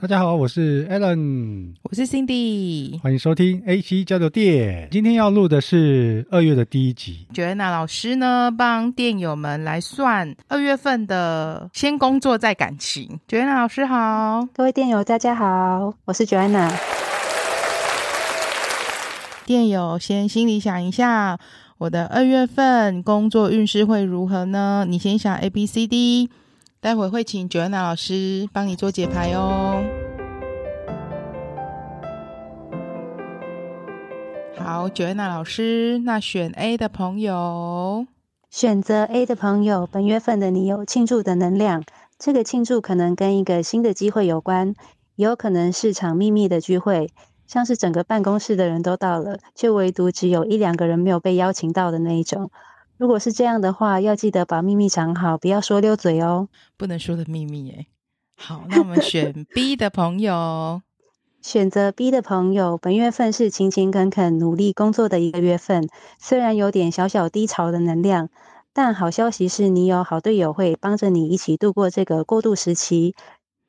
大家好，我是 Alan，我是 Cindy，欢迎收听 A 七交流电。今天要录的是二月的第一集，觉娜老师呢帮电友们来算二月份的先工作再感情。觉娜老师好，各位电友大家好，我是 Joanna。电友先心里想一下，我的二月份工作运势会如何呢？你先想 A B C D，待会会请 Joanna 老师帮你做解牌哦。好，Joanna 老师，那选 A 的朋友，选择 A 的朋友，本月份的你有庆祝的能量，这个庆祝可能跟一个新的机会有关，也有可能是场秘密的聚会，像是整个办公室的人都到了，却唯独只有一两个人没有被邀请到的那一种。如果是这样的话，要记得把秘密藏好，不要说溜嘴哦。不能说的秘密耶。好，那我们选 B 的朋友，选择 B 的朋友，本月份是勤勤恳恳努力工作的一个月份，虽然有点小小低潮的能量，但好消息是你有好队友会帮着你一起度过这个过渡时期，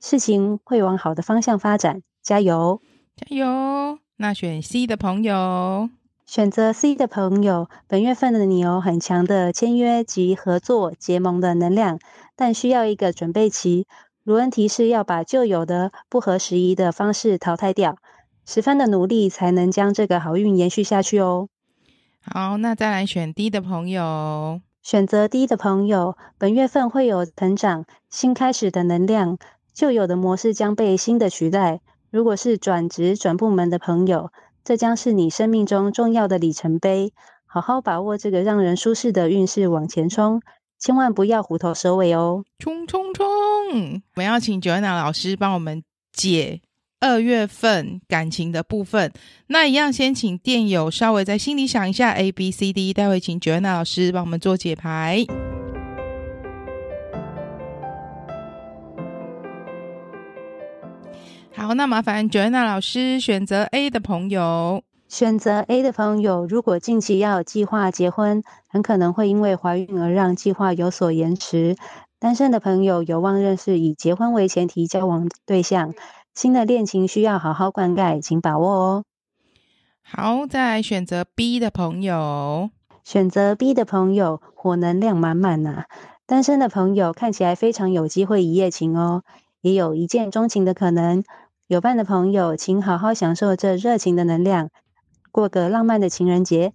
事情会往好的方向发展，加油！哦加油！那选 C 的朋友，选择 C 的朋友，本月份的你有很强的签约及合作结盟的能量，但需要一个准备期。卢恩提示要把旧有的不合时宜的方式淘汰掉，十分的努力才能将这个好运延续下去哦。好，那再来选 D 的朋友，选择 D 的朋友，本月份会有成长、新开始的能量，旧有的模式将被新的取代。如果是转职、转部门的朋友，这将是你生命中重要的里程碑。好好把握这个让人舒适的运势，往前冲，千万不要虎头蛇尾哦。冲冲冲！我们要请 Joanna 老师帮我们解二月份感情的部分。那一样先请电友稍微在心里想一下 A B C D，待会请 Joanna 老师帮我们做解牌。好，那麻烦 Joanna 老师选择 A 的朋友。选择 A 的朋友，如果近期要有计划结婚，很可能会因为怀孕而让计划有所延迟。单身的朋友有望认识以结婚为前提交往对象，新的恋情需要好好灌溉，请把握哦。好，再来选择 B 的朋友。选择 B 的朋友，火能量满满呐、单身的朋友看起来非常有机会一夜情哦，也有一见钟情的可能。有伴的朋友，请好好享受这热情的能量，过个浪漫的情人节。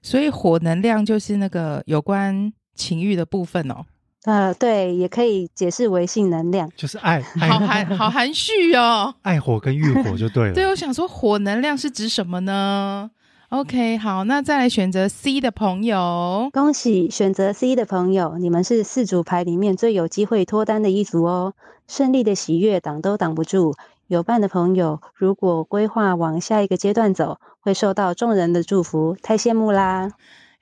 所以火能量就是那个有关情欲的部分哦，呃，对，也可以解释为性能量。就是 爱好爱含好含蓄哦。爱火跟欲火就对了。对，我想说火能量是指什么呢？OK，好，那再来选择 C 的朋友。恭喜选择 C 的朋友，你们是四组牌里面最有机会脱单的一组哦！胜利的喜悦挡都挡不住。有伴的朋友，如果规划往下一个阶段走，会受到众人的祝福，太羡慕啦！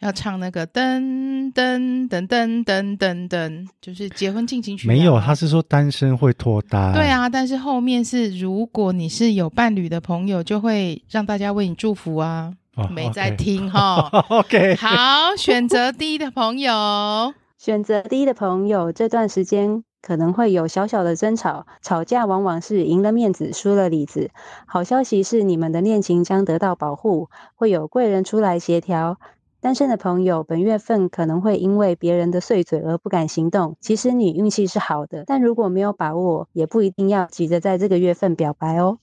要唱那个噔噔噔噔噔噔噔，就是结婚进行曲。没有，他。是说单身会脱单。对，啊，但是后面是如果你是有伴侣的朋友，就会让大家为你祝福啊。哦没在。听哈。 OK，好，选择 D 的朋友。选择 D 的朋友，这段时间可能会有小小的争吵，吵架往往是赢了面子，输了里子。好消息是，你们的恋情将得到保护，会有贵人出来协调。单身的朋友，本月份可能会因为别人的碎嘴而不敢行动。其实你运气是好的，但如果没有把握，也不一定要急着在这个月份表白哦。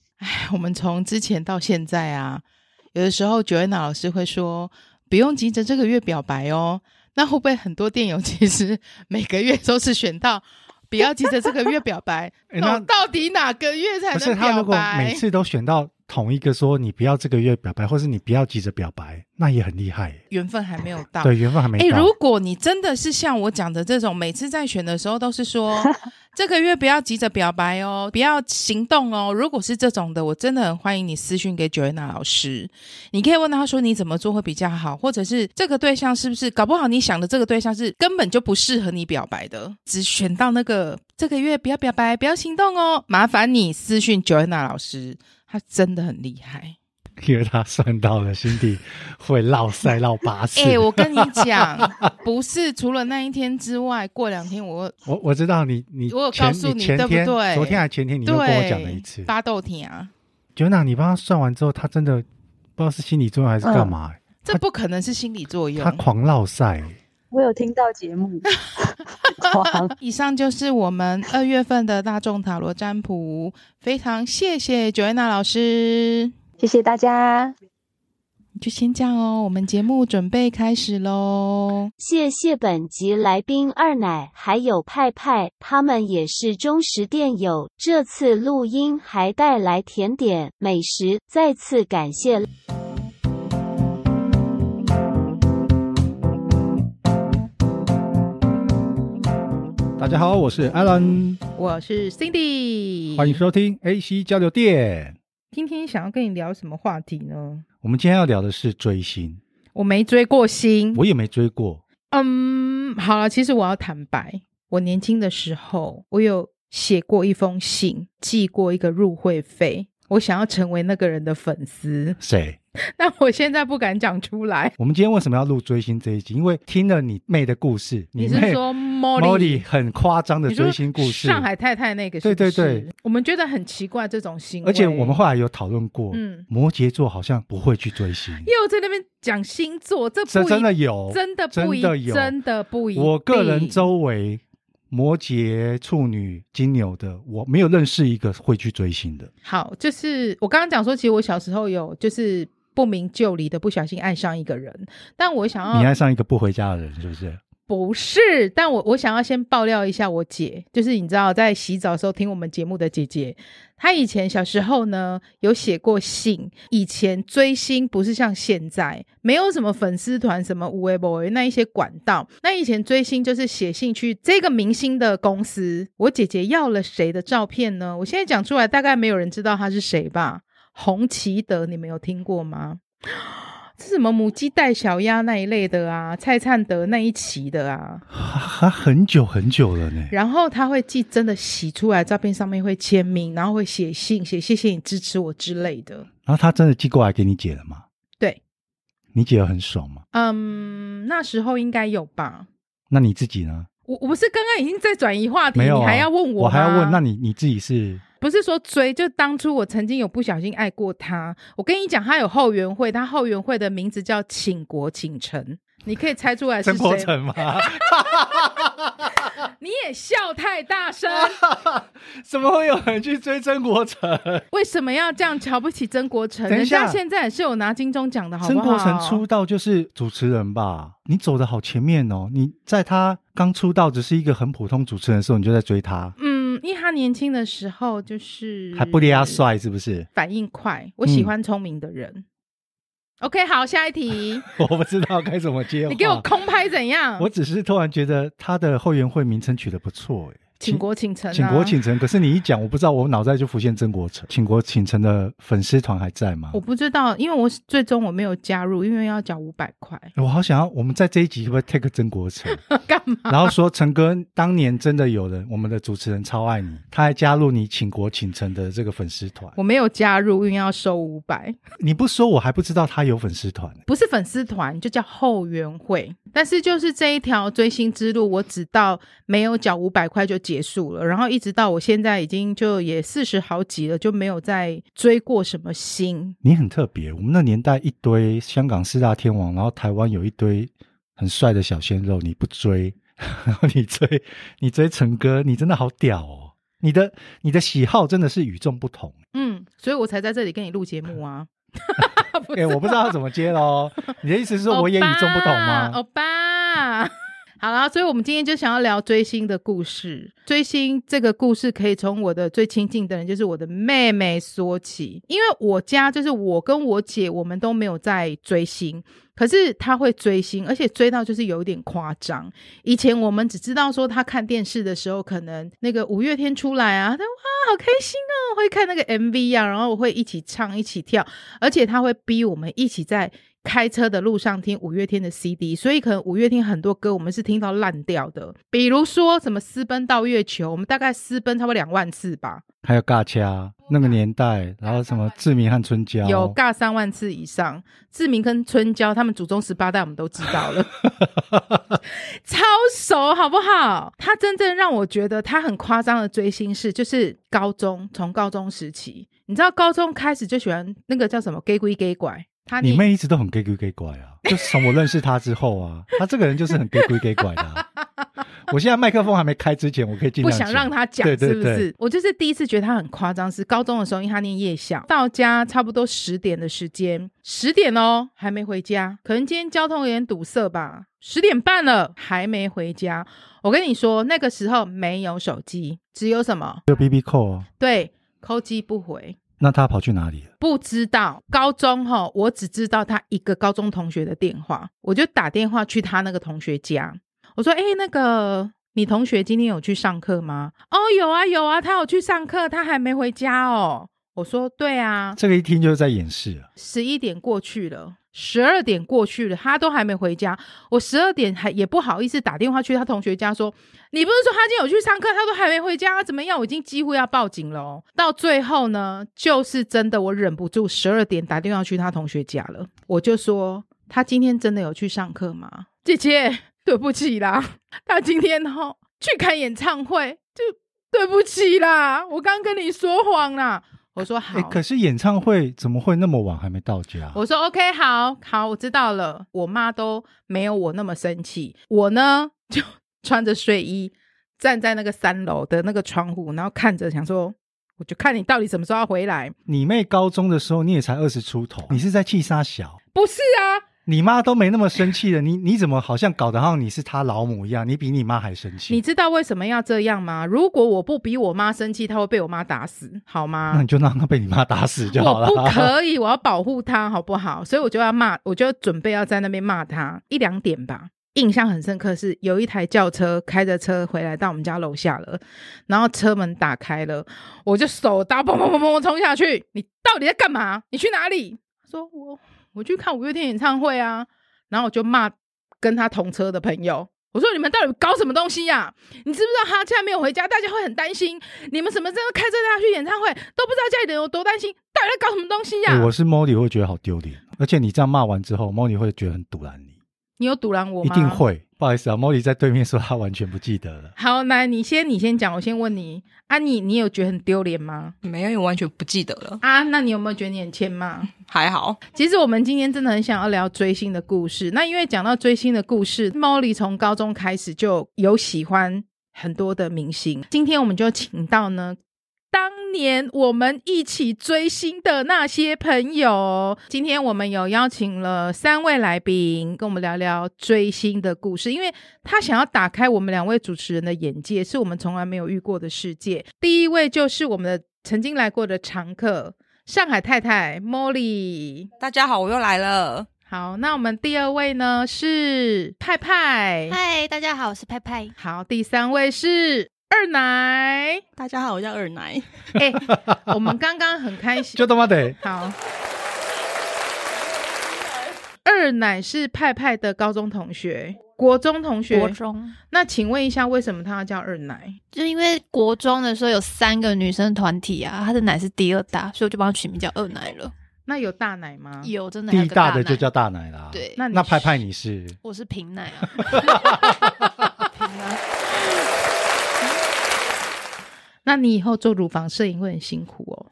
我们从之前到现在啊，有的时候 Joanna 老师会说，不用急着这个月表白哦。那会不会很多电友其实每个月都是选到不要急着这个月表 白？诶那哎那我到底哪个月才不是能他表如果白每？次都选到同一个，说你不要这个月表白，或是你不要急着表白，那也很厉害耶。缘分还没有到。对，缘分还没诶到。哎如果你真的是像我讲的这种，每次在选的时候都 是说这个月不要急着表白哦，不要行动哦。如果是这种的，我真的很欢迎你私讯给 Joanna 老师，你可以问他说你怎么做会比较好，或者是这个对象是不是搞不好你想的这个对象是根本就不适合你表白的，只选到那个这个月不要表白，不要行动哦。麻烦你私讯 Joanna 老师，他真的很厉害。因为他算到了心底会落塞落八次。哎、我跟你讲，不是除了那一天之外，过两天我我我知道你你我有前告诉你你前对不天对昨天还前天你对又跟我讲了一次。发豆甜啊， Joanna，你帮他算完之后，他真的不知道是心理作用还是干嘛、这不可能是心理作用他。狂落塞。我有听到节 目，哇，以上就是我们二月份的大众塔罗占卜，非常谢谢 Joanna 老师。谢谢大家，就先这样哦，我们节目准备开始喽。谢谢本集来宾二奶还有派派，他们也是忠实电友。这次录音还带来甜点美食，再次感谢大家好，我是 Alan，我是 Cindy，欢迎收听 AC 交流店。今天想要跟你聊什么话题呢？我们今天要聊的是追星，我没追过星，我也没追过。嗯，好了，其实我要坦白，我年轻的时候，我有写过一封信，寄过一个入会费，我想要成为那个人的粉丝， 谁？但我现在不敢讲出来。我们今天为什么要录追星这一集？因为听了你妹的故事，你是妹说 Molly 很夸张的你说追星故事，上海太太那个是对不是，对对，我们觉得很奇怪这种行为，而且我们后来有讨论过，嗯摩羯座好像不会去追星，又在那边讲星座，这不这一真的有，真的不真一的有，真的不一定我个人周围摩羯、处女、金牛的，我没有认识一个会去追星的。好，就是我刚刚讲说，其实我小时候有就是不明就里的不小心爱上一个人，但我想你要爱上一个不回家的人，是不是？不是，但我我想要先爆料一下我姐，就是你知道在洗澡的时候听我们节目的姐姐，她以前小时候呢有写过信，以前追星不是像现在没有什么粉丝团什么无微博那一些管道，那以前追星就是写信去这个明星的公司，我姐姐要了谁的照片呢？我现在讲出来大概没有人知道他是谁吧？洪奇德，你们有听过吗？是什么母鸡带小鸭那一类的啊，蔡灿德那一期的啊，还很久很久了呢。然后他会寄真的洗出来照片，上面会签名，然后会写信，写谢谢你支持我之类的。然后他真的寄过来给你姐了吗？对，你姐有很爽吗？嗯，那时候应该有吧。那你自己呢？我我不是刚刚已经在转移话题，没有、啊，你还要问我我吗还要问，那你你自己是不是说追，就当初我曾经有不小心爱过他。我跟你讲，他有后援会，他后援会的名字叫倾国倾城，你可以猜出来呃是曾国谁吗？成 吗？你也笑太 大声，怎么会有人去追曾国 成？为什么要这样瞧不起曾国成？等一人下家现在也是有拿金钟奖的，好不曾好？国成出道就是主持人吧？你走的好前面哦！你在他刚出道只是一个很普通主持人的时候，你就在追他，嗯，因为他年轻的时候就是还不压，帅是不嗯是？ 反应快。我喜欢聪明的人。OK，好，下 一题，我不知道该怎么接话。你给我空拍怎样？哎我只是突然觉得他的后援会名称取得不错，哎，请国请城、啊，请国请城。可是你一讲，我不知道我脑袋就浮现曾国成。请国请城的粉丝团还在吗我？不知道，因为我最终我没有加入，因为要缴五百块， 我好想要，我们在这一集会不会 take 曾国成？干嘛？然后说陈哥当年真的有人，我们的主持人超爱你，他还加入你请国请城的这个粉丝团。我没有加入，因为要收五百，你不说我还不知道他有粉丝团呢、不是粉丝团，就叫后援会。但是就是这一条追星之路，我只到没有缴五百块就结束了，然后一直到我现在已经就也四十好几了，就没有再追过什么星。你很特别，我们那年代一堆香港四大天王，然后台湾有一堆很帅的小鲜肉，你不追， 然后你追你追陈哥，你真的好屌哦！你的你的喜好真的是与众不 同。嗯，所以我才在这里跟你录节 目啊。不啊哎、我不知道怎么接喽。你的意思是说我也与众不同吗？欧巴，欧巴 好啦，所以我们今天就想要聊追星的故事。追星这个故事可以从我的最亲近的人，就是我的妹妹说起，因为我家就是我跟我姐，我们都没有在追星。可是她会追星，而且追到就是有一点夸张。以前我们只知道说她看电视的时候，可能那个五月天出来啊，她哇好开心哦，会看那个 MV 啊，然后我会一起唱一起跳，而且他会逼我们一起在开车的路上听五月天的 CD，所以可能五月天很多歌我们是听到烂掉的，比如说什么私奔到月球，我们大概私奔差不多两万次吧，还有尬掐那个年代，然后什么志明和春娇，有尬三万次以上。志明跟春娇他们祖宗十八代我们都知道了，超熟好不好？他真正让我觉得他很夸张的追星是，就是高中从高中时期，你知道高中开始就喜欢那个叫什么 gay 归 gay 拐，他你妹一直都很 gay gay gay 拐啊，就是从我认识她之后啊， 她这个人就是很 gay gay gay 拐的啊、我现在麦克风还没开之前，我可以尽 不量想讲让他讲，对对是不对是？我就是第一次觉得他很夸张，是高中的时候，因为他念夜校，到家差不多十点的时间，十点哦还没回家，可能今天交通有点堵塞吧，十点半了还没回家。我跟你说，那个时候没有手机，只有什么？就 B B 扣哦。对，扣机不回。那她跑去哪里了？不知道高中哈，我只知道他一个高中同学的电话，我就打电话去他那个同学家，我说：“哎、那个你同学今天有去上课吗？”哦，有啊有啊，他有去上课，他还没回家哦。我说：“对啊，这个一听就是在掩饰啊。十一点过去了。”十二点过去了，他都还没回家。我十二点还也不好意思打电话去他同学家说，你不是说他今天有去上课，他都还没回家，怎么样？我已经几乎要报警了、哦。到最后呢，就是真的，我忍不住十二点打电话去他同学家了，我就说他今天真的有去上课吗？姐姐，对不起啦， 他今天哦去看演唱会，就对不起啦，我刚跟你说谎啦。我说好，哎，可是演唱会怎么会那么晚还没到家？我说 OK，好好，我知道了。我妈都没有我那么生气，我呢就 穿着睡衣站在那个三楼的那个窗户，然后看着，想说，我就看你到底什么时候要回来。你妹高中的时候你也才二十出头，啊你是在气杀小？不是啊，你妈都没那么生气了，你你怎么好像搞得好像你是她老母一样？你比你妈还生气？你知道为什么要这样吗？如果我不比我妈生气，她会被我妈打死，好那吗你？就让她被你妈打死就好我了。不可以，我要保护她，好不好？所以我就要骂，我就准备要在那边骂她一两点吧。印象很深刻是有一台轿车开着车回来到我们家楼下了，然后车门打开了，我就手刀砰砰砰砰砰冲下去，你到底在干嘛？你去哪里？他说我我去看五月天演唱会啊，然后我就骂跟他同车的朋友。我说你们到底搞什么东西呀、你知不知道他现在没有回家，大家会很担心。你们什么时候开车带他去演唱会，都不知道家里人有多担心，到底在搞什么东西 呀、哎我是 Molly 会觉得好丢脸，而且你这样骂完之后，Molly 会觉得很堵然你，你有堵拦我一吗？定。会。不好意思啊，Molly 在对面说她完全不记得了。好，来，你先，你先讲，我先问你，啊你，你有觉得很丢脸吗？没有，因为我完全不记得了，啊，那你有没有觉得你很欠骂？还好。其实我们今天真的很想要聊追星的故事。那因为讲到追星的故事，Molly 从高中开始就有喜欢很多的明星。今天我们就请到呢，当年我们一起追星的那些朋友。今天我们有邀请了三位来宾，跟我们聊聊追星的故事，因为他想要打开我们两位主持人的眼界，是我们从来没有遇过的世界。第一位就是我们的曾经来过的常客。上海太太 Molly，大家好，我又来了。好，那我们第二位呢是派派，嗨，大家好，我是派派。好，第三位是二奶。大家好，我叫二奶。哎、我们刚刚很开就心，他妈得，好。二奶是派派的高中同学，国中同学。国中那请问一下，为什么他要叫二奶？就因为国中的时候有三个女生团体啊，她的奶是第二大，所以我就帮她取名叫二奶了。那有大奶吗？。嗯有真的还第有一个大奶的就叫大奶啦。对，那你那派是派你是我是平奶 啊。平奶那你以后做乳房摄影会很辛苦哦，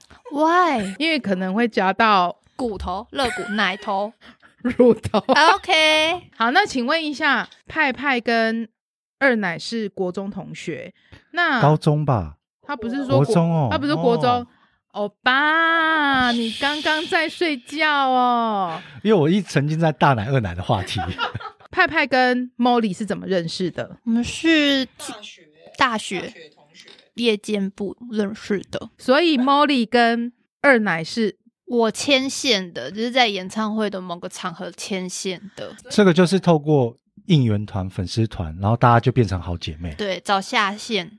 ，Why？因为可能会夹到骨头、肋骨、奶头。乳头。 OK，好，那请问一下，派派跟二奶是国中同学，那高中吧？他不是国说中哦，他不是国中哦，欧巴，你刚刚在睡觉哦。因为我一沉浸在大奶二奶的 话题。派派跟 Molly 是怎么认识的？我们是大学大学夜间部认识的。所以 Molly 跟二奶是我牵线的，就是在演唱会的某个场合牵线的。这个就是透过应援团、粉丝团，然后大家就变成好姐妹。对，找下线。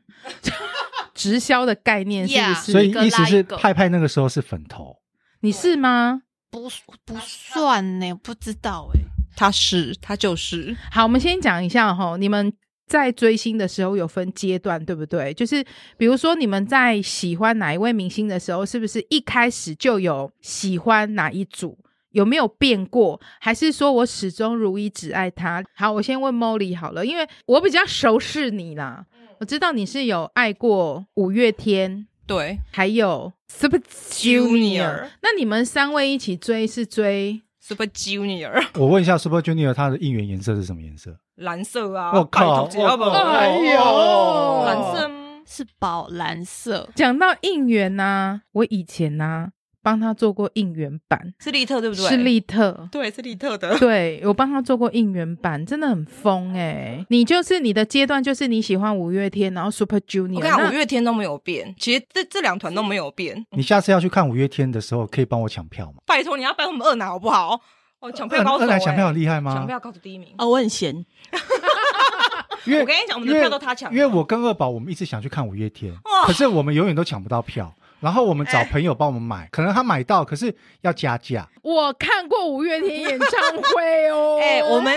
直销的概念，是不 Yeah 是所以一个意思拉是一个派派那个时候是粉头，你是吗？不不算呢、我不知道哎、他是他就是好，我们先讲一下哈，你们在追星的时候有分阶段，对不对？就是比如说你们在喜欢哪一位明星的时候，是不是一开始就有喜欢哪一组？有没有变过？还是说我始终如一，只爱他？好，我先问 Molly 好了，因为我比较熟识你啦，我知道你是有爱过五月天，对还有 Super Junior。那你们三位一起追是追 Super Junior 我问一下 Super Junior 它的应援颜色是什么颜色？蓝色啊，我靠拜托只要不哎呦蓝色吗是宝蓝色，讲到应援呐、我以前呐、帮他做过应援版，是利特对不对？。是利特对是利特的，对，我帮他做过应援版，真的很疯哎、你就是你的阶段，就是你喜欢五月天，然后 Super 我啊 Junior 看那五月天都没有变，其实这这两团都没有变。你下次要去看五月天的时候，可以帮我抢票吗？拜托你要拜托我们二奶好不好？哦，抢票高手、二欸，奶抢票很厉害吗？抢票高手第一名。哦，我很闲，因为我跟你讲我们的票都他抢的哦因为我跟二宝我们一直想去看五月天哇，可是我们永远都抢不到票。然后我们哎找朋友帮我们买，可能他买到，可是要加价。我看过五月天演唱会 哦，哎、我们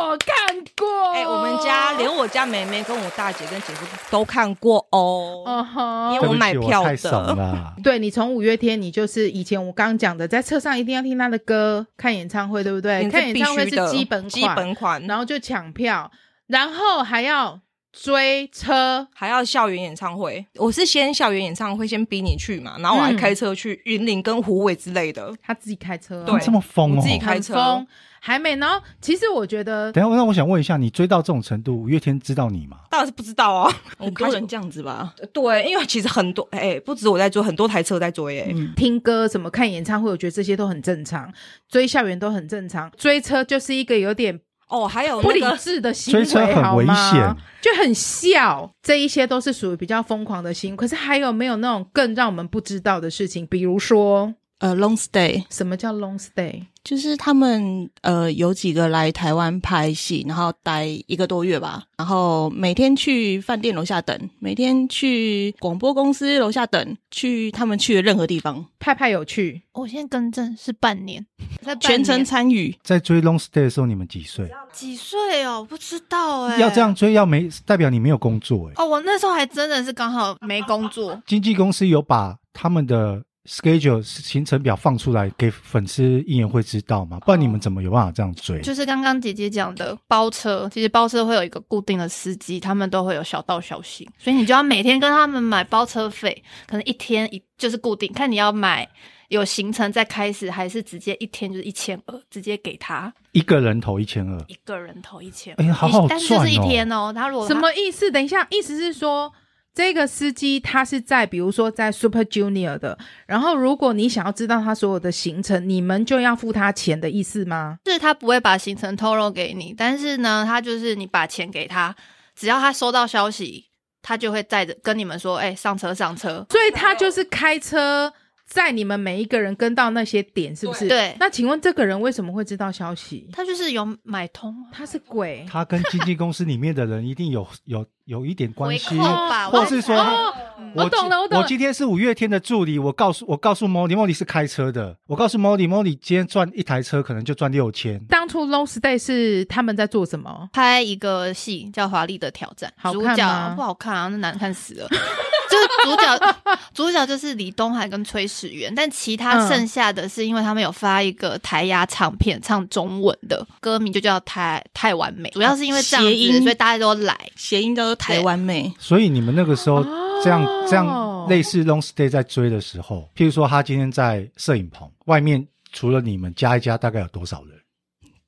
我看过，哎、我们家连我家妹妹跟我大姐跟姐夫都看过哦。嗯哼。因为对我不买起，票我太的 怂了对你从五月天，你就是以前我刚刚讲的，在车上一定要听他的歌，看演唱会，对不对？你看演唱会必须是的基本款，基本款，然然后后就抢票，然后还要追车，还要校园演唱会。我是先校园演唱会先逼你去嘛，然后我还嗯开车去云林跟虎尾之类的。他自己开车啊、对这么疯我哦！自己等开很车疯，还没。然后其实我 觉得，一下，那我想问一下，你追到这种程度，五月天知道你吗？当然是不知道啊，很多人这样子吧？对，因为其实很多哎、不止我在追，很多台车在追哎、嗯，听歌、什么看演唱会，我觉得这些都很正常，追校园都很正常，追车就是一个有点哦，还有不那理个智的行追为，车很好危险吗？就很笑，这一些都是属于比较疯狂的心。可是还有没有那种更让我们不知道的事情？比如说，呃，long stay 什么叫 long stay？就是他们呃有几个来台湾拍戏，然后待一个多月吧，然后每天去饭店楼下等，每天去广播公司楼下等，去他们去的任何地方，派派有趣，哦我现在更正是半年，在半全程年参与。在追 Long Stay 的时候，你们几岁？几岁哦，我不知道欸哎、要这样追，要没代表你没有工作哎。哦，我那时候还真的是刚好没工作，经纪公司有把他们的 schedule 行程表放出来给粉丝应援会知道吗？不然你们怎么有办法这样哦追？就是刚刚姐姐讲的包车，其实包车会有一个固定的司机，他们都会有小道消息，所以你就要每天跟他们买包车费，可能一天一就是固定，看你要买有行程再开始，还是直接一天就是一千二，直接给他一个人投一千二，一个人投一千，哎呀好好但是就是一赚哦天哦，他如果他什么意思？等一下，意思是说。这个司机他是在，比如说在 Super Junior 的，然后如果你想要知道他所有的行程，你们就要付他钱的意思吗？是他不会把行程透露给你，但是呢，他就是你把钱给他，只要他收到消息，他就会载着跟你们说，哎、上车上车。所以他就是开车载你们每一个人跟到那些点，是不是？对那请问这个人为什么会知道消息？他就是有买通啊，他是鬼。他跟经纪公司里面的人一定有有有一点关系回，扣吧，或是说我哦，我懂了，我懂我了。今天是五月天的助理，我告诉我告诉 Molly，Molly 是开车的，我告诉 Molly，Molly 今天赚一台车可能就赚六千。当初 Low Stay 是他们在做什么？拍一个戏叫《华丽的挑战》，好看主吗角不好看啊，那难看死 了。就是主角，主角就是李东海跟崔始源，但其他嗯剩下的是因为他们有发一个台压唱片，唱中文的歌名就叫太太完哦美，主要是因为这样谐子，音所以大家都来。谐音叫做台湾妹，所以你们那个时候哦这样、这样类似 long stay 在追的时候，譬如说他今天在摄影棚外面，除了你们加一加，大概有多少人？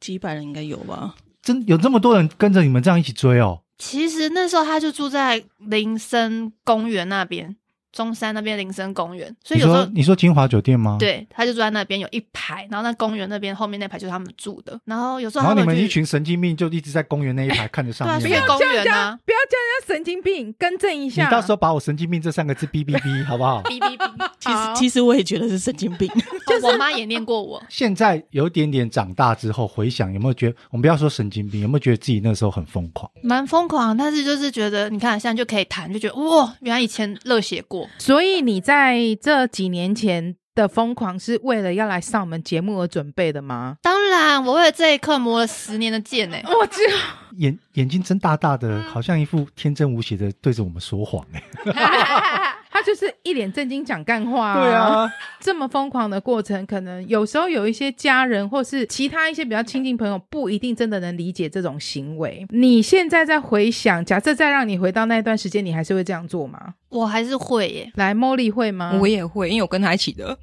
几百人应该有吧？真有这么多人跟着你们这样一起追哦？其实那时候他就住在林森公园那边，中山那边林森公园，所以你有时说候。你说金华酒店吗？。对，他就住在那边有一排，然后那公园那边后面那排就是他们住的，然后有时候然他后你们们去一群神经病就一直在公园那一排看着上面。对啊所以公园啊，不要叫人家神经病，更正一你下。到时候把我神经病这三个字哔哔哔，好不好？哔哔哔， 其实好其实我也觉得是神经病，就是我妈也念过我，现在有点点长大之后回想，有没有觉得我们不要说神经病，有没有觉得自己那时候很疯狂？蛮疯狂，但是就是觉得你看现在就可以谈，就觉得哇，原来以前热血过，所以你在这几年前的疯狂是为了要来上我们节目而准备的吗？当然，我为了这一刻磨了十年的剑欸呢、我知道，眼眼睛睁大大的，好像一副天真无邪的对着我们说谎哎、他就是一脸正经讲干话、对啊，这么疯狂的过程，可能有时候有一些家人或是其他一些比较亲近朋友，不一定真的能理解这种行为。你现在在回想，假设再让你回到那段时间，你还是会这样做吗？我还是会耶。来，Molly 会吗？我也会，因为我跟他一起的。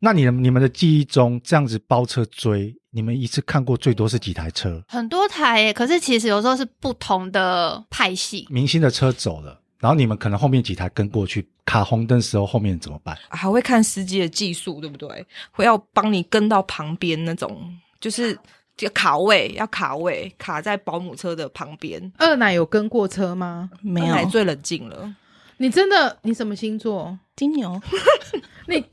那你的你们的记忆中，这样子包车追，你们一次看过最多是几台车？很多台欸耶，可是其实有时候是不同的派系，明星的车走了，然后你们可能后面几台跟过去，卡红灯时候后面怎么 办？还会看司机的技术，对不对？会要帮你跟到旁边那种，就是就卡位，要卡位，卡在保姆车的旁边。二奶有跟过车吗？没有最冷静了。你真的，你什么星座？金牛，你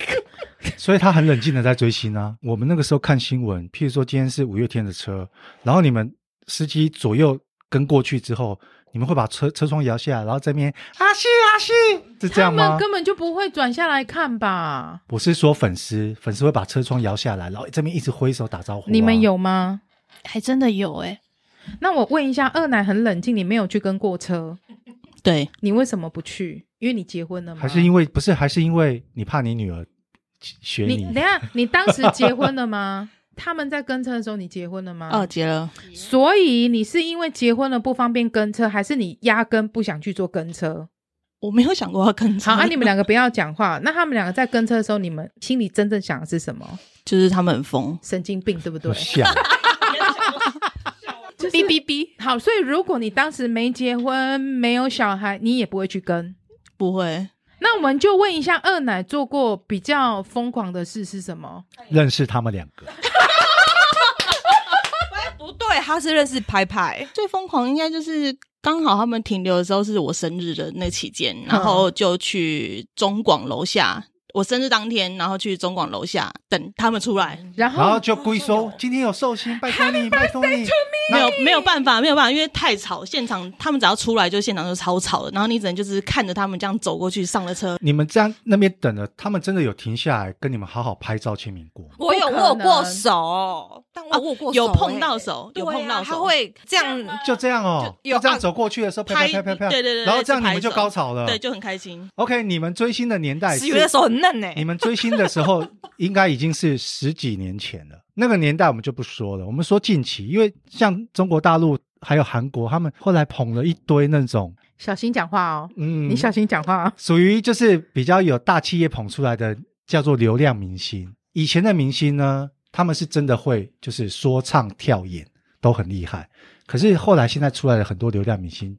所以他很冷静的在追星啊。我们那个时候看新闻，譬如说今天是五月天的车，然后你们司机左右跟过去之后，你们会把车车窗摇下来，然后在那边阿旭阿旭，是这他样们吗？根本就不会转下来看吧？我是说粉丝，粉丝会把车窗摇下来，然后这边一直挥手打招呼啊、你们有吗？ 还真的有哎。那我问一下，二奶很冷静，你没有去跟过车，对，你为什么不去？因为你结婚了吗？还是因为不是？还是因为你怕你女儿学你你？等一下，你当时结婚了吗？ 他们在跟车的时候，你结婚了吗？哦，结了，嗯所以你是因为结婚了不方便跟车，还是你压根不想去做跟车？我没有想过要跟好，上。啊，你们两个不要讲话。那他们两个在跟车的时候，你们心里真正想的是什么？ 就是他们很疯，神经病，对不对 我？想，就是哔哔哔，好，所以如果你当时没结婚、没有小孩，你也不会去跟。不会那我们就问一下，二奶做过比较疯狂的事是什么？认识他们两个，不对，他是认识拍拍，最疯狂应该就是刚好他们停留的时候是我生日的那期间，嗯然后就去中广楼下。我生日当天，然后去中广楼下等他们出来，然然后后就故意说今天有寿星，拜托你，拜托你。没有没有办法，没有办法，因为太吵，现场他们只要出来就现场就超吵的，然后你只能就是看着他们这样走过去上了车，你们这样那边等了，他们真的有停下来跟你们好好拍照签名过吗？我有不可握过能手，但我握过手、哦有碰欸到手，对有啊碰到手，他会这样，就这样哦，就有就这样按走过去的时候，啪啪拍啪啪啪，对对对对然后这样你就们拍就手高潮了。对，就很开心。 OK，你们追星的年代石原的哎是，手很嫩欸呢、你们追星的时候应该已经是十几年前了。 那个年代我们就不说了，我们说近期，因为像中国大陆还有韩国，他们后来捧了一堆那种，小心讲话哦，嗯，你小心讲话、哦。属于就是比较有大企业捧出来的，叫做流量明星。以前的明星呢，他们是真的会就是说唱跳演都很厉害，可是后来现在出来的很多流量明星，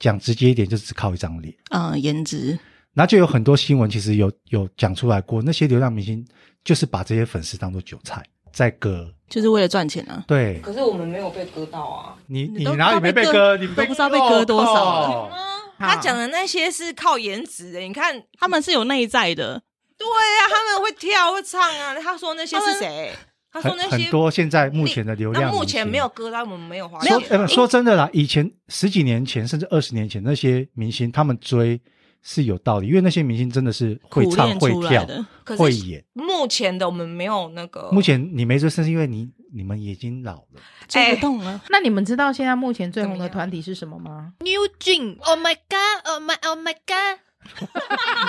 讲直接一点，就只靠一张脸。嗯，颜值然后就有很多新闻其实有有讲出来过，那些流量明星就是把这些粉丝当做韭菜在割。就是为了赚钱啊。对可是我们没有被割到啊。你，你你都哪里没被不知道被割？割你被都不知道被割多少哦了靠他讲的那些是靠颜值的，你看，他们是有内在的，对呀、啊，他们会跳会唱啊。他说那些是谁？他说很那些很多现在目前的流量那明星，目前没有割到，我们没有花说钱。呃不说真的啦，以前十几年前甚至二十年前那些明星，他们追是有道理，因为那些明星真的是会苦唱练会出来跳的可会是演。目前的我们没有那个。目前你没追，是因为你你们已经老了。哎哎追不动了。那你们知道现在目前最红怎么的样团体是什么吗？ New Jean，Oh Oh my God，Oh my Oh my God，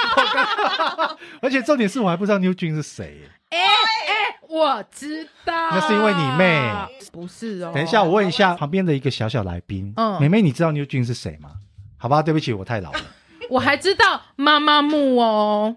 而且重点是我还不知道 New Jean 是谁。我知道，那是因为你妹，不是哦。等一下，我问一下旁边的一个小小来宾，嗯妹妹，你知道 New Jean 是谁吗？好吧，对不起，我太老了。我还知道妈妈木哦。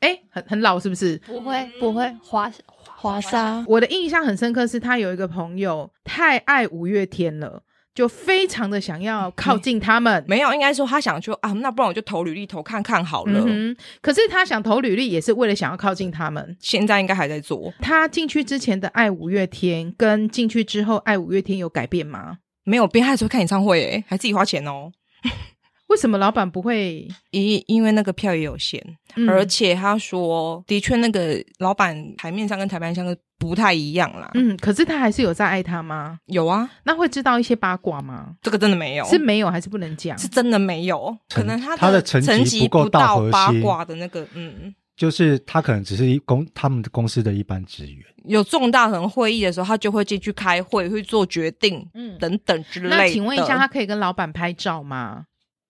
哎，很很老是不是？不会不会，华华华莎，我的印象很深刻，是他有一个朋友太爱五月天了，就非常的想要靠近他们。没有，应该说他想说啊，那不然我就投履历投看看好了。嗯哼，可是他想投履历也是为了想要靠近他们。现在应该还在做，他进去之前的爱五月天，跟进去之后爱五月天有改变吗？没有边还说看演唱会、欸，还自己花钱哦。为什么老板不会？因因为那个票也有限，嗯而且他说，的确那个老板台面上跟台面上不太一样啦。嗯，可是他还是有在爱他吗？有啊，那会知道一些八卦吗？这个真的没有，是没有还是不能讲？是真的没有，成可能他他的的层级层级不够不到到核八心卦的那个，嗯，就是他可能只是一公他们的公司的一般职员，有重大可能会议的时候，他就会进去开会，会做决定，嗯等等之类的。那请问一下，他可以跟老板拍照吗？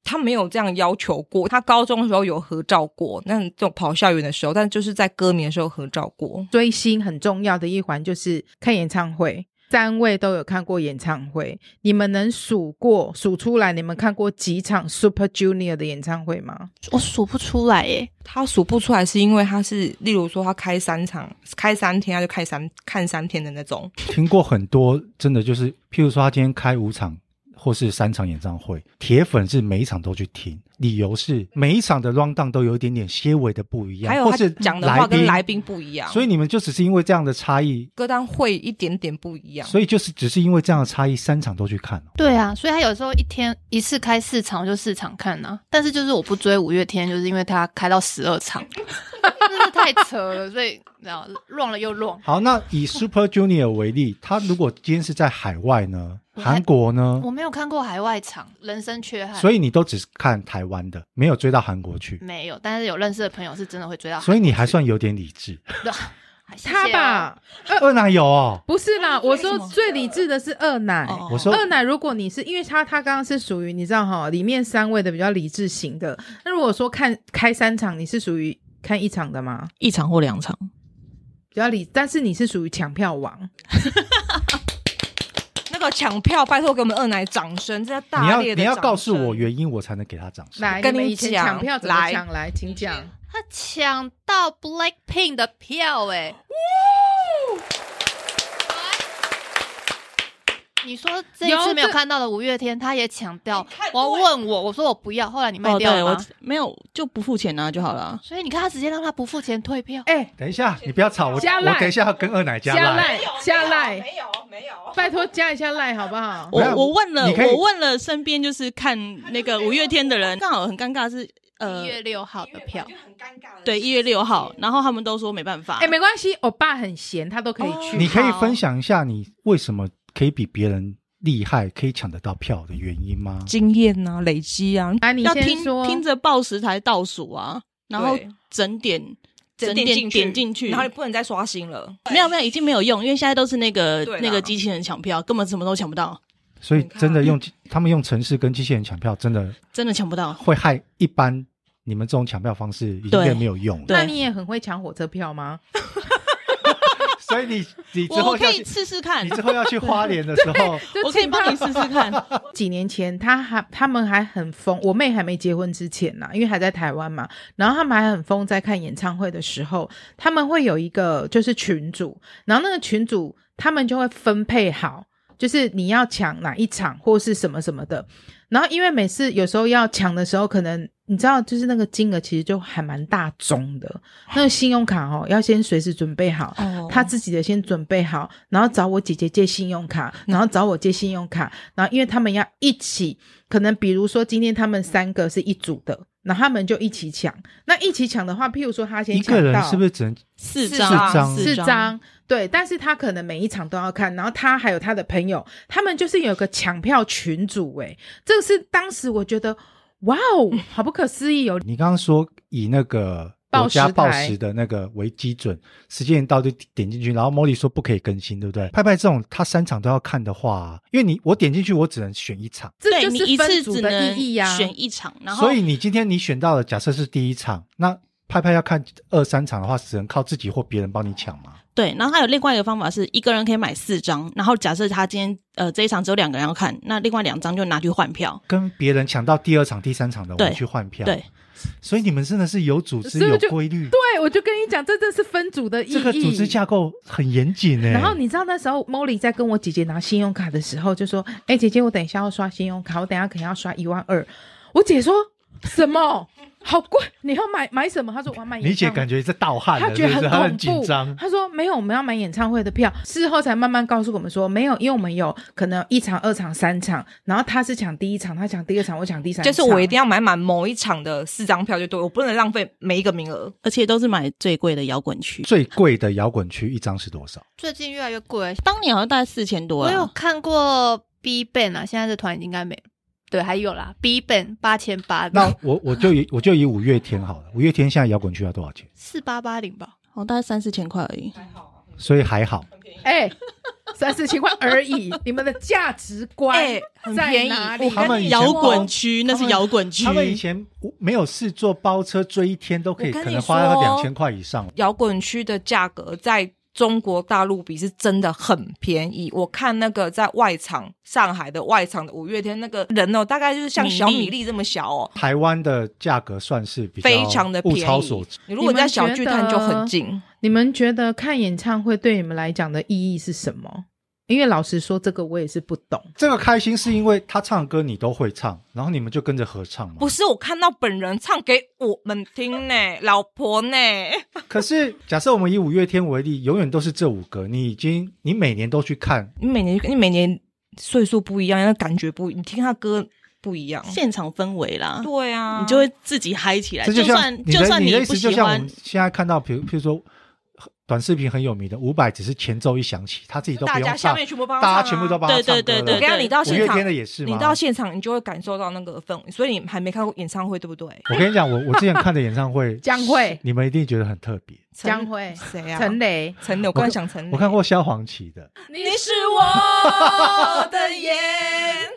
他没有这样要求过。他高中的时候有合照过，那种跑校园的时候，但就是在歌迷的时候合照过。追星很重要的一环就是看演唱会。三位都有看过演唱会，你们能数过数出来？你们看过几场 Super Junior 的演唱会吗？我数不出来欸耶。他数不出来，是因为他是，例如说他开三场，开三天，他就开三看三天的那种。听过很多，真的就是，譬如说他今天开五场或是三场演唱会，铁粉是每一场都去听，理由是每一场的 round down 都有一点点些微的不一样，还有或他是讲的话跟来宾不一样，所以以你们就只是因为这样的差异，歌单会一点点不一样。所以就是只是因为这样的差异，三场都去看哦。对啊，所以他有时候一天一次开四场，我就四场看呐、但是就是我不追五月天，就是因为他开到十二场， 真是太扯了。所以你知道，乱了又乱。好，那以 Super Junior 为例，他如果今天是在海外呢，我韩国呢我，没有看过海外场，人生缺憾。所以你都只是看台湾的，没有追到韩国去，没有，但是有认识的朋友是真的会追嗯到。所以你还算有点理智。谢谢他哦，吧，二奶有哦，不是啦，我说什么最理智的是二奶。哦我说二奶，如果你是因为他，他刚刚是属于你知道哈，里面三位的比较理智型的。那如果说看开三场，你是属于看一场的吗？一场或两场，比较理，但是你是属于抢票王。那个抢票，拜托给我们二奶掌声，这你大要烈的你要掌告诉声我原因，我才能给他掌声。来，跟你们你以前讲抢票怎么来抢？来，请讲。他抢到 Blackpink 的票哎、你说这一有次没有这看到的五月天，他也抢掉看。我问我，我说我不要，后来你卖掉哦、对了吗、我没有就不付钱啊就好了。所以你看，他直接让他不付钱退票。哎、等一下，你不要吵，我加赖我等一下要跟二奶加加赖。赖加赖，没有没有，拜托加一下赖好不好？我没有我问了，你可以我问了身边就是看那个五月天的人，刚好很尴尬是呃一月六号的票，很尴尬。对一月六号，然后他们都说没办法。哎、没关系，欧巴很闲，他都可以去。哦你可以分享一下你为什么可以比别人厉害，可以抢得到票的原因吗？经验啊，累积啊，来，你要先听说。听着报时台倒数啊，然后整点整点点进点进去，然后你不能再刷新了。没有没有已经没有用，因为现在都是那个对啦那个机器人抢票，根本什么都抢不到，所以真的用他们用城市跟机器人抢票，真的真的抢不到。会害一般你们这种抢票方式已经对变没有用了。对那你也很会抢火车票吗？所以你你之我后我要可去，以试试看你，之后要去花莲的时候，就我可以请帮他你试试看。几年前，他还他们还很疯，我妹还没结婚之前呐、因为还在台湾嘛，然后他们还很疯，在看演唱会的时候，他们会有一个就是群组，然后那个群组他们就会分配好，就是你要抢哪一场或是什么什么的，然后因为每次有时候要抢的时候，可能你知道，就是那个金额其实就还蛮大宗的，那个信用卡哦，要先随时准备好，哦他自己的先准备好，然后找我姐姐借信用卡，嗯然后找我借信用卡，然后因为他们要一起，可能比如说今天他们三个是一组的，然后他们就一起抢。那一起抢的话，譬如说他先 一抢个人到是不是只能四四张张四张，对，但是他可能每一场都要看，然后他还有他的朋友，他们就是有个抢票群组、欸，这个是当时我觉得，哇哦，嗯好不可思议哦！你刚刚说以那个国家报报时台时的那个为基准，时间一到就点进去，然后 Molly 说不可以更新，对不对？派派这种他三场都要看的话，因为你我点进去我只能选一场，这对就你是一分次组只的能意义啊呀、选一场，然后所以你今天你选到了，假设是第一场，那派派要看二三场的话，只能靠自己或别人帮你抢嘛。对，然后还有另外一个方法是，一个人可以买四张，然后假设他今天呃这一场只有两个人要看，那另外两张就拿去换票。跟别人抢到第二场、第三场的，我们对去换票。对，所以你们真的是有组织、所以我有就规律，对，我就跟你讲，这真是分组的意义。这个组织架构很严谨欸诶。然后你知道那时候 Molly 在跟我姐姐拿信用卡的时候，就说：“哎、姐姐，我等一下要刷信用卡，我等一下可能要刷一万二。”我姐说：“什么？好贵！你要买买什么？”她说：“我要买。”你姐感觉在盗汗他了，觉得是不是很她恐很怖紧，张。他说没有，我们要买演唱会的票。事后才慢慢告诉我们说没有，因为我们有可能一场、二场、三场，然后他是抢第一场，他抢第二场，我抢第三场。就是我一定要买满某一场的四张票就对，我不能浪费每一个名额。而且都是买最贵的摇滚区，最贵的摇滚区一张是多少？最近越来越贵。当年好像大概四千多我有了。啊看过 B Ban 啊，现在这团应该没了对，还有啦，B 本八千八， 那我我就以我就以五月天好了，五月天现在摇滚区要多少钱？四八八零吧。哦，大概三四千块而已。所以还好，哎，三四千块而已，你们的价值观哎很在便宜哪里？他们以前摇滚区那是摇滚区他，们以前没有事做，包车追一天都可以，我跟你可能花到说两千块以上。摇滚区的价格在中国大陆比是真的很便宜。我看那个在外场上海的外场的五月天那个人哦，大概就是像小米粒这么小哦，台湾的价格算是比较非常的物便超所宜值。。你如果在小巨蛋就很近，你们觉得看演唱会对你们来讲的意义是什么？因为老实说，这个我也是不懂。，这个开心是因为他唱歌你都会唱，然后你们就跟着合唱嘛。不是我看到本人唱给我们听呢，老婆呢，可是假设我们以五月天为例，永远都是这五个，你已经你每年都去看，你每年你每年岁数不一样，那感觉不，你听他歌不一样。现场氛围啦，对啊，你就会自己嗨起来。这就像算你啊就的算你的意不思，就喜像我欢们，现在看到，比如譬如说短视频很有名的伍佰，只是前奏一响起，他自己都不大用家唱，下面全部帮他大唱啊家全部都帮他对唱对歌对了我跟你讲，对你到五现月场天的，也是吗？你到现场你就会感受到那个氛围，所以你还没看过演唱会对不对？我跟你讲，我我之前看的演唱 会江蕙你们一定觉得很特别。陈江蕙谁啊？陈雷，陈磊，我刚才想陈嗯磊，我看过萧煌奇的，你你是我的眼。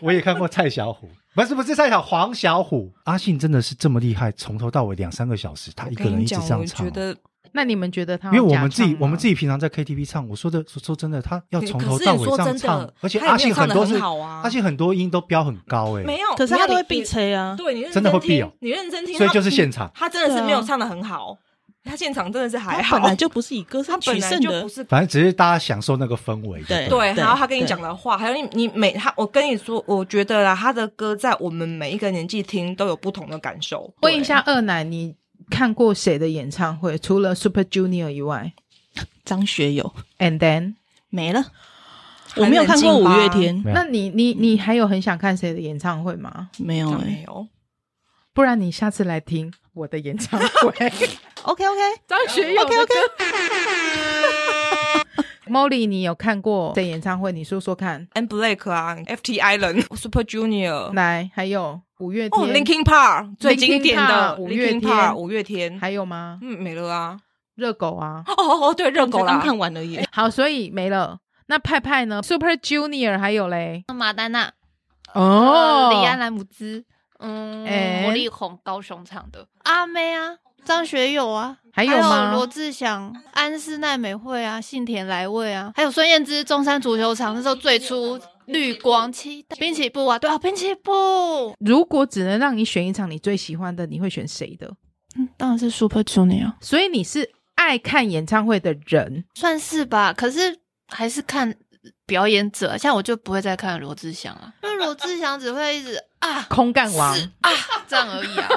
我也看过蔡小虎，不是不是蔡小黄小虎，阿信真的是这么厉害，从头到尾两三个小时，他一个跟人你一直讲，这我样唱觉。得那你们觉得他因为我们自啊己，我们自己己平常在 KTV 唱，我说的说说真的，他要从头可是到你尾说这样真的唱，而且他也阿信没有唱得多是很好啊阿信很多音都飙很高哎，没有，可是他都会你必要吹啊你。对你认真的会听必哦你认真听，所以他就是现场他真的是没有唱的很好，他现场真的是还他好，本来就不是以歌他声本取来胜就的不，是反正只是大家享受那个氛围。对不对，然后他跟你对讲的话，还有你你每他，我跟你说，我觉得啦，他的歌在我们每一个年纪听都有不同的感受。问一下二奶，你看过谁的演唱会？除了 Super Junior 以外张学友，And then，没了。对，我没有看过五月天，没有那你你你还有很想看谁的演唱会吗？没有他哎、啊没有， 不然你下次来听我的演唱 会。 OK OK，张学友 OK OK。Molly，你有看过谁演唱会？你说说看。 a n Blake 啊，FT Island、Super Junior，来，还有五月天，哦，Linkin Park 最经典 Park，的五月 Linkin 天 Park 五月天，还有吗？嗯没了啊。热狗啊，哦哦哦，对，热狗我刚啦，哎看完而已。好，所以没了。那派派呢？Super Junior 还有嘞，马丹娜、哦，呃李安莱姆兹，嗯，哎魔力红高雄唱的阿妹啊，张学友啊，还有有吗罗志祥、安室奈美惠啊，信田来未啊，还有孙燕姿，中山足球场那时候最初绿光期待滨崎步啊，对啊，滨崎步，如果只能让你选一场你最喜欢的，你会选谁的？嗯，当然是 Super Junior，所以你是爱看演唱会的人，算是吧，可是还是看表演者，像我就不会再看罗志祥啊，因为罗志祥只会一直啊。空干王是啊，这样而已啊。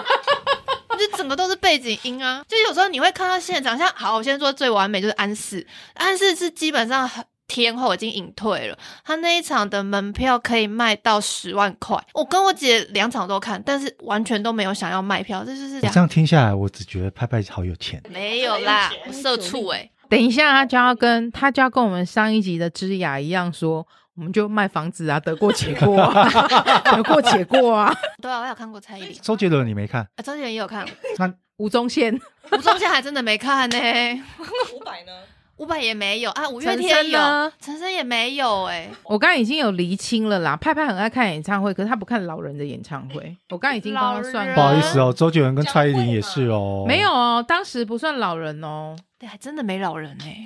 就整个都是背景音啊，就有时候你会看到现场，像好，我先说最完美就是安室，安室是基本上很天后已经隐退了，他那一场的门票可以卖到十万块，我跟我姐两场都看，但是完全都没有想要卖票，这就是我这样听下来，我只觉得派派好有钱。没有啦，我社畜哎、等一下，他就要跟他就要跟我们上一集的枝雅一样说，我们就卖房子啊，得过且过、 啊，得过且过啊。对啊，我有看过蔡依林，周杰伦你没看？啊周杰伦也有看，那吴宗宪，吴宗宪还真的没看呢、五百呢？伍佰也没有啊，五月陈天升有呢，陈升也没有哎、我刚刚已经有厘清了啦。派派很爱看演唱会，可是他不看老人的演唱会。我刚刚已经帮他算了，老不好意思哦，周杰伦跟蔡依林也是哦，没有哦，当时不算老人哦。对，还真的没老人哎、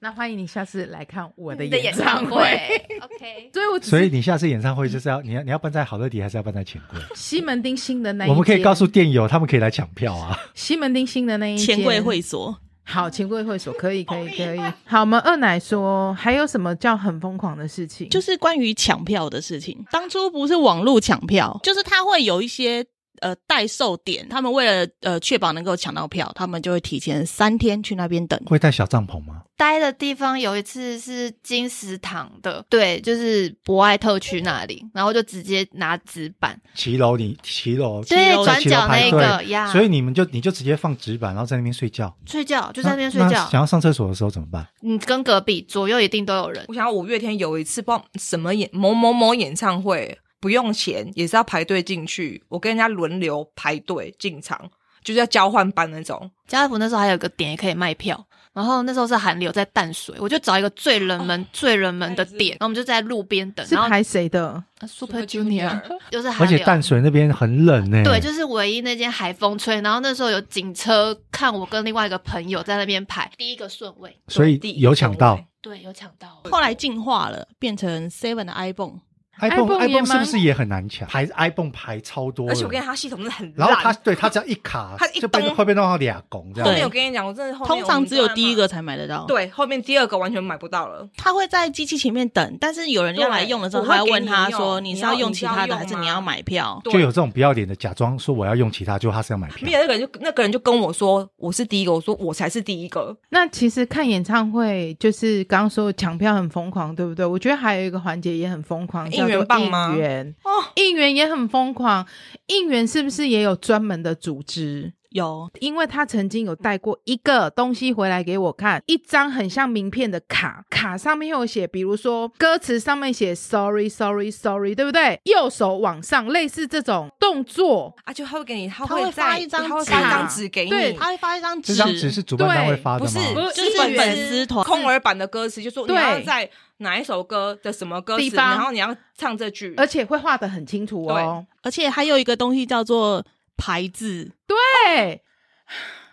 那欢迎你下次来看我的你的演演唱唱会。会。OK，所以我只所以是你下次演唱会就是要你要你要办在好乐迪还是要办在钱柜？西门町新的那一间，我们可以告诉店友，他们可以来抢票啊。西门町新的那一间钱柜会所，好，钱柜会所可以可以可以。好，我们二奶说还有什么叫很疯狂的事嗯情？就是关于抢票的事情。当初不是网络抢票，就是它会有一些呃代售点，他们为了呃确保能够抢到票，他们就会提前三天去那边等。会带小帐篷吗？待的地方有一次是金石堂的，对，就是博爱特区那里，然后就直接拿纸板，骑楼你骑楼，对在转骑楼角排那队个呀所以你们就你就直接放纸板，然后在那边睡觉，睡觉就在那边睡那觉。想要上厕所的时候怎么办？你跟隔壁左右一定都有人我，想要五月天有一次不知道什么演某某某演唱会，不用钱也是要排队进去，我跟人家轮流排队进场，就是要交换班那种。家乐福那时候还有个点也可以卖票，然后那时候是寒流在淡水，我就找一个最冷门、最冷门的点，然后我们就在路边等，是然后排谁的？呃 Super Junior 就是而寒且流。淡水那边很冷呢、对，就是唯一那间海风吹，然后那时候有警车看我跟另外一个朋友在那边排第一个顺位，所以对地有抢到。对，有抢到。后来进化了，变成 Seven 的 iPhone。 iPhone iPhone 也 iPhone 是不蛮是也很难抢？排 iPhone 排超多人，而且我跟你讲，他系统真的很然烂。后他对他只要一卡，他一就被咚会被弄到俩拱这后样。面我跟你讲，我真的后面通常只有第一，我个们才买得到。都在，骂对，后面第二个完全买不到了。他会在机器前面等，但是有人要来用的时候，对我他会会给问你他用说：“你你是要要用你其要他的，用还是吗你要买票对就有这种不要脸的，假装说我要用其他，就他是要买票没。有那个人就那个人就跟我说，我是第一个，我说我才是第一个。那其实看演唱会，就是刚刚说抢票很疯狂，对不对？我觉得还有一个环节也很疯狂，叫应做援棒吗应援哦，应援也很疯狂，应援是不是也有专门的组织？？”有，因为他曾经有带过一个东西回来给我看，一张很像名片的卡，卡上面有写，比如说歌词上面写 “sorry sorry sorry”，对不对？右手往上，类似这种动作，啊，就他会给你，他他会会在发一张啊他会发一纸张纸给你，对他会发一张这纸，张纸是主办单位发的不吗？是就是应粉援粉丝团空耳版的歌词，就说你对要在哪一首歌的什么歌地词，方然后你要唱这句。而且会画的很清楚哦。而且还有一个东西叫做牌子，对，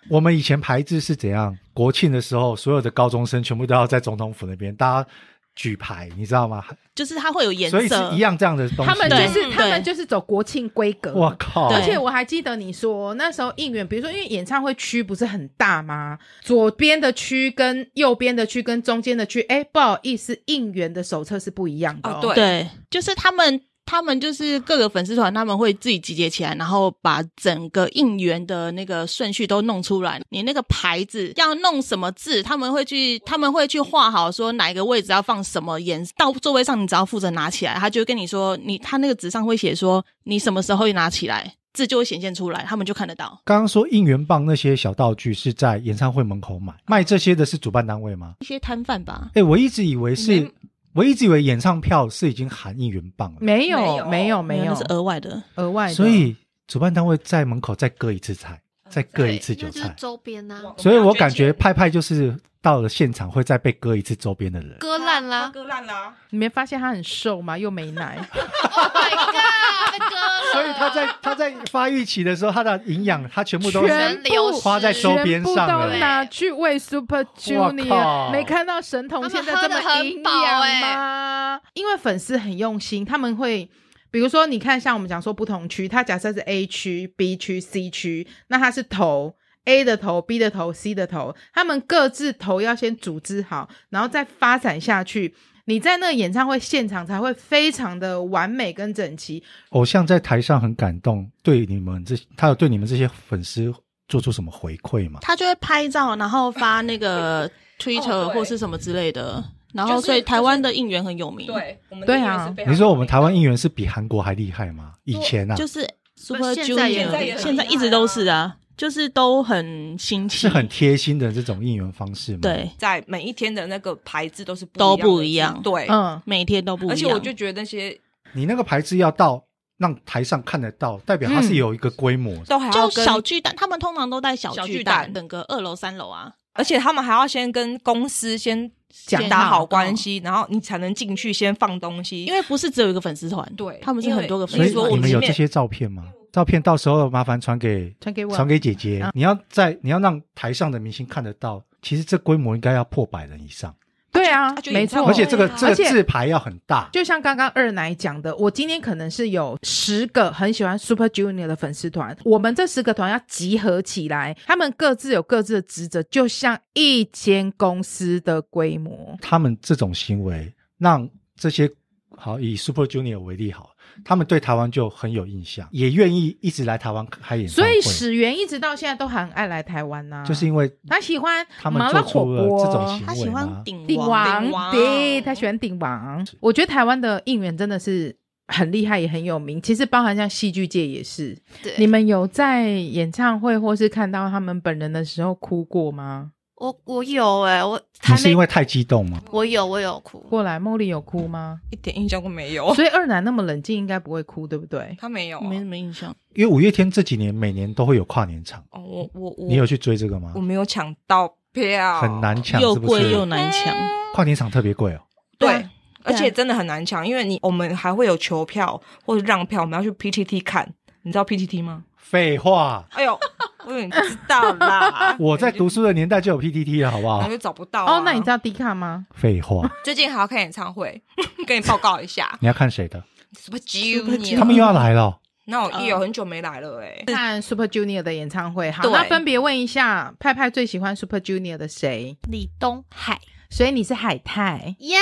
我们以前排字是怎样？国庆的时候，所有的高中生全部都要在总统府那边，大家举牌，你知道吗？就是它会有颜所以是色一。样这样的东西。他们就是嗯对他们就是走国庆规格。我靠！对而且我还记得你说那时候应援，比如说因为演唱会区不是很大吗？左边的区跟右边的区跟中间的区，哎，不好意思，应援的手册是不一样的、哦哦对对，就是他们，他们就是各个粉丝团，他们会自己集结起来，然后把整个应援的那个顺序都弄出来。你那个牌子要弄什么字，他们会去，他们会去画好，说哪一个位置要放什么颜色。到座位上，你只要负责拿起来，他就会跟你说，你他那个纸上会写说你什么时候拿起来，字就会显现出来，他们就看得到。刚刚说应援棒那些小道具是在演唱会门口买，卖这些的是主办单位吗？一些摊贩吧，哎，我一直以为没是，我一直以为演唱票是已经含应援棒了，没没有有没有没那有是额外的。额外的，所以主办单位在门口再割一次菜，再割一次对韭那就是菜。周边啊呐、所以我感我觉们要捐钱派派就是到了现场会再被割一次周边的人。割烂啦割烂啦，你没发现他很瘦吗？又没奶， ！Oh my god，被割了。所以他在他在发育期的时候，他的营养他全部都全全流失，花在周边全部上都了拿去喂 Super 靠 Junior，没看到神童现在这么营养吗？因为粉丝很用心，他们会。比如说，你看，像我们讲说不同区，它假设是 A 区、B 区、C 区，那它是头 A 的头、B 的头、C 的头，他们各自头要先组织好，然后再发展下去。你在那个演唱会现场才会非常的完美跟整齐，偶像在台上很感动，对你们这他有对你们这些粉丝做出什么回馈吗？他就会拍照，然后发那个 Twitter 哦对或是什么之类的。然后，就是所以台湾的应援很有名。，对，我们对啊的音乐是非常你说我们台湾应援是比韩国还厉害吗？以前啊，就是 Super 现在也很 Junior，厉害现在一直都是啊，就是都很新奇，是很贴心的这种应援方式吗？，对，在每一天的那个牌子都是不都一样的不一样对，嗯，每天都不一样。而且我就觉得那些你那个牌子要到让台上看得到，代表它是有一个规模。都还要就跟小巨蛋，他们通常都带小小巨巨蛋，蛋等个二楼三楼啊。而且他们还要先跟公司先讲打好好关系，然后你才能进去先放东西。为因为不是只有一个粉丝团，对他们是很多个粉所以丝你说我你团。们前有面这些照片吗？照片到时候麻烦传给传给我传给姐姐。你要在你要让台上的明星看得到，其实这规模应该要破百人以上，对啊啊，就没演唱错，会而且这个对啊这个哎而且字牌要很大。就像刚刚二奶讲的，我今天可能是有十个很喜欢 Super Junior 的粉丝团，我们这十个团要集合起来，他们各自有各自的职责，就像一间公司的规模。他们这种行为让这些好以 Super Junior 为例好了，他们对台湾就很有印象，也愿意一直来台湾开演唱所会。以始源一直到现在都很爱来台湾啊呐、就是因为他喜欢他们麻辣做火出了锅，这种行为他喜吗欢顶鼎王，王，对，他喜欢鼎王。我觉得台湾的应援真的是很厉害，也很有名。其实包含像戏剧界也是。对，你们有在演唱会或是看到他们本人的时候哭过吗？我我有哎、我你还是没因为太激动吗？我有我有哭，过来，茉莉有哭吗？一点印象都没有，所以二男那么冷静，应该不会哭，对不对？他没有啊、没什么印象。因为五月天这几年每年都会有跨年场，哦，我我我，你有去追这个吗我？没有抢到票，很难抢，又是不贵又是？难抢，跨年场特别贵哦。对对啊。而且真的很难抢，因为你我们还会有球票或者让票，我们要去 PTT 看。你知道 PTT 吗？废话，。哎呦，我有点知道啦 我在读书的年代就有 PTT 了，好不然后好？就找不到、啊、哦，那你知道迪卡吗？废话，。最近还要看演唱会， 跟你报告一下你要看谁的？什么 Junior？他们又要来了哦。那我嗯也有很久没来了哎、看 Super Junior 的演唱会。好，对那分别问一下，派派最喜欢 Super Junior 的谁？李东海所以你是海泰。呀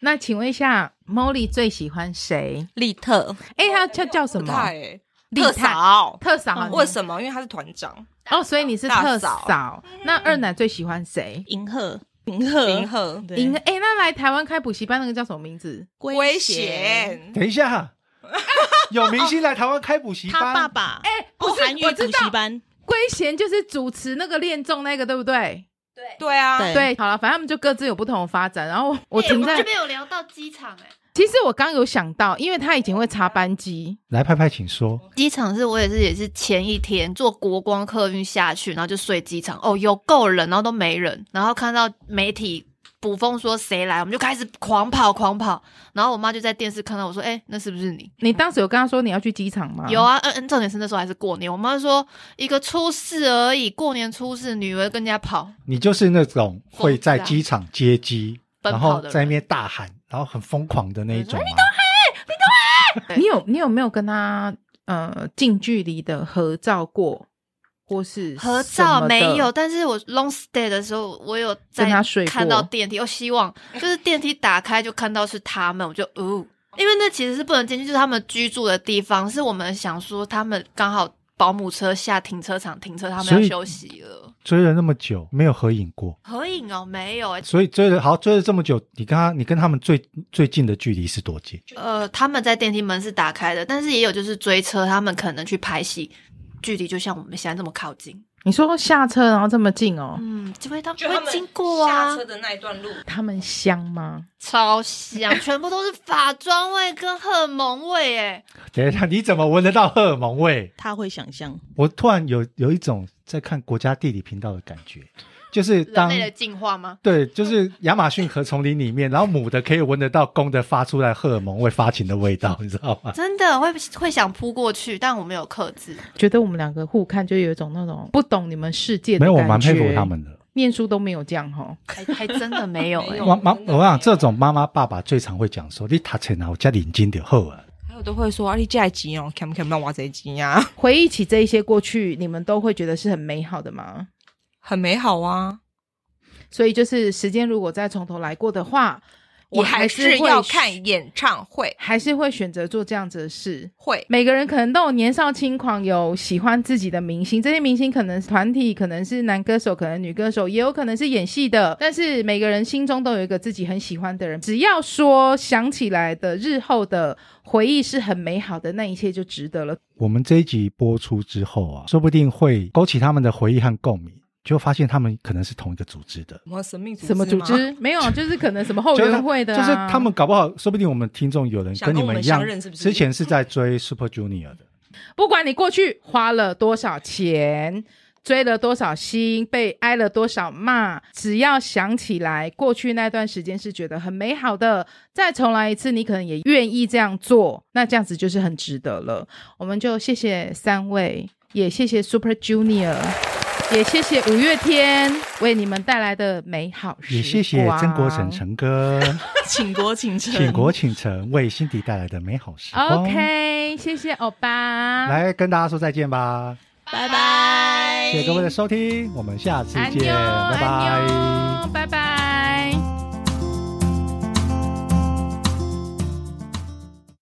那请问一下，Molly 最喜欢谁？利特哎，他叫叫什不么？嗯太哦哎、利特泰少。特嫂好像，为什么？因为他是团长，哦，所以你是大特嫂嗯嫂。那二奶最喜欢谁？银赫，银赫，嗯银赫对，银哎，那来台湾开补习班那个叫什么名字？危龟贤，险。等一 下，有明星来台湾开补习他爸班，爸哎，不哦，是，韩语我补知习道，班，龟贤就是主持那个恋综那个，对不对？对啊，对对，好了，反正他们就各自有不同的发展。然后我哎我停们在这，边有聊到机场哎、其实我刚有想到，因为他以前会查班机，来拍拍，请说。机场是我也是也是前一天坐国光客运下去，然后就睡机场，哦，有够冷，然后都没人，然后看到媒体捕风说谁来，我们就开始狂跑狂跑，然后我妈就在电视看到我说，哎、那是不是你？你当时有跟他说你要去机场吗？有，啊，嗯嗯，重点是那时候还是过年，我妈说一个初四而已，过年初四女儿跟人家跑，你就是那种会在疯子啊机场接机，奔然跑的哎后在那边大喊，然后很疯狂的那一种吗？啊你有你有没有跟他呃近距离的合照过，或是合什么照的没有，？但是我 long stay 的时候，我有在跟他睡过看到电梯，我希望就是电梯打开就看到是他们，我就哦，因为那其实是不能进去，就是他们居住的地方，是我们想说他们刚好保姆车下停车场停车，他们所以要休息了。追了那么久，没有合影过，合影哦，没有哎、所以追了好追了这么久，你跟他你跟他们最最近的距离是多近？呃，他们在电梯门是打开的，但是也有就是追车，他们可能去拍戏，距离就像我们现在这么靠近。你说下车然后这么近哦，嗯，就会他就他们们会经过啊下车，的那一段路，他们香吗？超香，全部都是法妆味跟荷尔蒙味哎。等一下，你怎么闻得到荷尔蒙味？他会想象我突然有有一种在看国家地理频道的感觉，就是人当类的进化吗？对，就是亚马逊河丛林里面，然后母的可以闻得到公的发出来荷尔蒙味发情的味道，你知道吗？真的会会想扑过去，但我没有克制。觉得我们两个互看就有一种那种不懂你们世界的没有，我感蛮佩服觉他，们的。念书都没有这样哈、还还真的没有哎、没有妈妈，真的我想这种妈妈爸爸最常会讲说：“你读册哪有这领金就好啊。还有都会说啊，你这一集哦，看不看不让挖这集呀，回忆起这一些过去，你们都会觉得是很美好的吗？ 很美好啊。所以就是时间如果再从头来过的话，我也还是是会要看，演唱会，还是会选择做这样子的事。会每个人可能都有年少轻狂，有喜欢自己的明星，这些明星可能是团体，可能是男歌手，可能女歌手，也有可能是演戏的。但是每个人心中都有一个自己很喜欢的人，只要说想起来的日后的回忆是很美好的，那一切就值得了。”我们这一集播出之后啊，说不定会勾起他们的回忆和共鸣，就发现他们可能是同一个组织的。什么神秘什么组吗？织？没有啊，就是可能什么哦后就是他援会的、啊就是他们。搞不好，说不定我们听众有人想跟你我们们一样相认是，不是之前是在追 Super Junior 的。不管你过去花了多少钱，追了多少星，被挨了多少骂，只要想起来过去那段时间是觉得很美好的，再重来一次，你可能也愿意这样做，那这样子就是很值得了。我们就谢谢三位，也谢谢 Super Junior。也谢谢五月天为你们带来的美好时光，也谢谢曾国成成哥，请国请 城，请国请城为辛迪带来的美好时光。 OK，谢谢欧巴，来跟大家说再见吧，拜拜，谢谢各位的收听，我们下次安妞，见，拜拜。安妞，拜拜。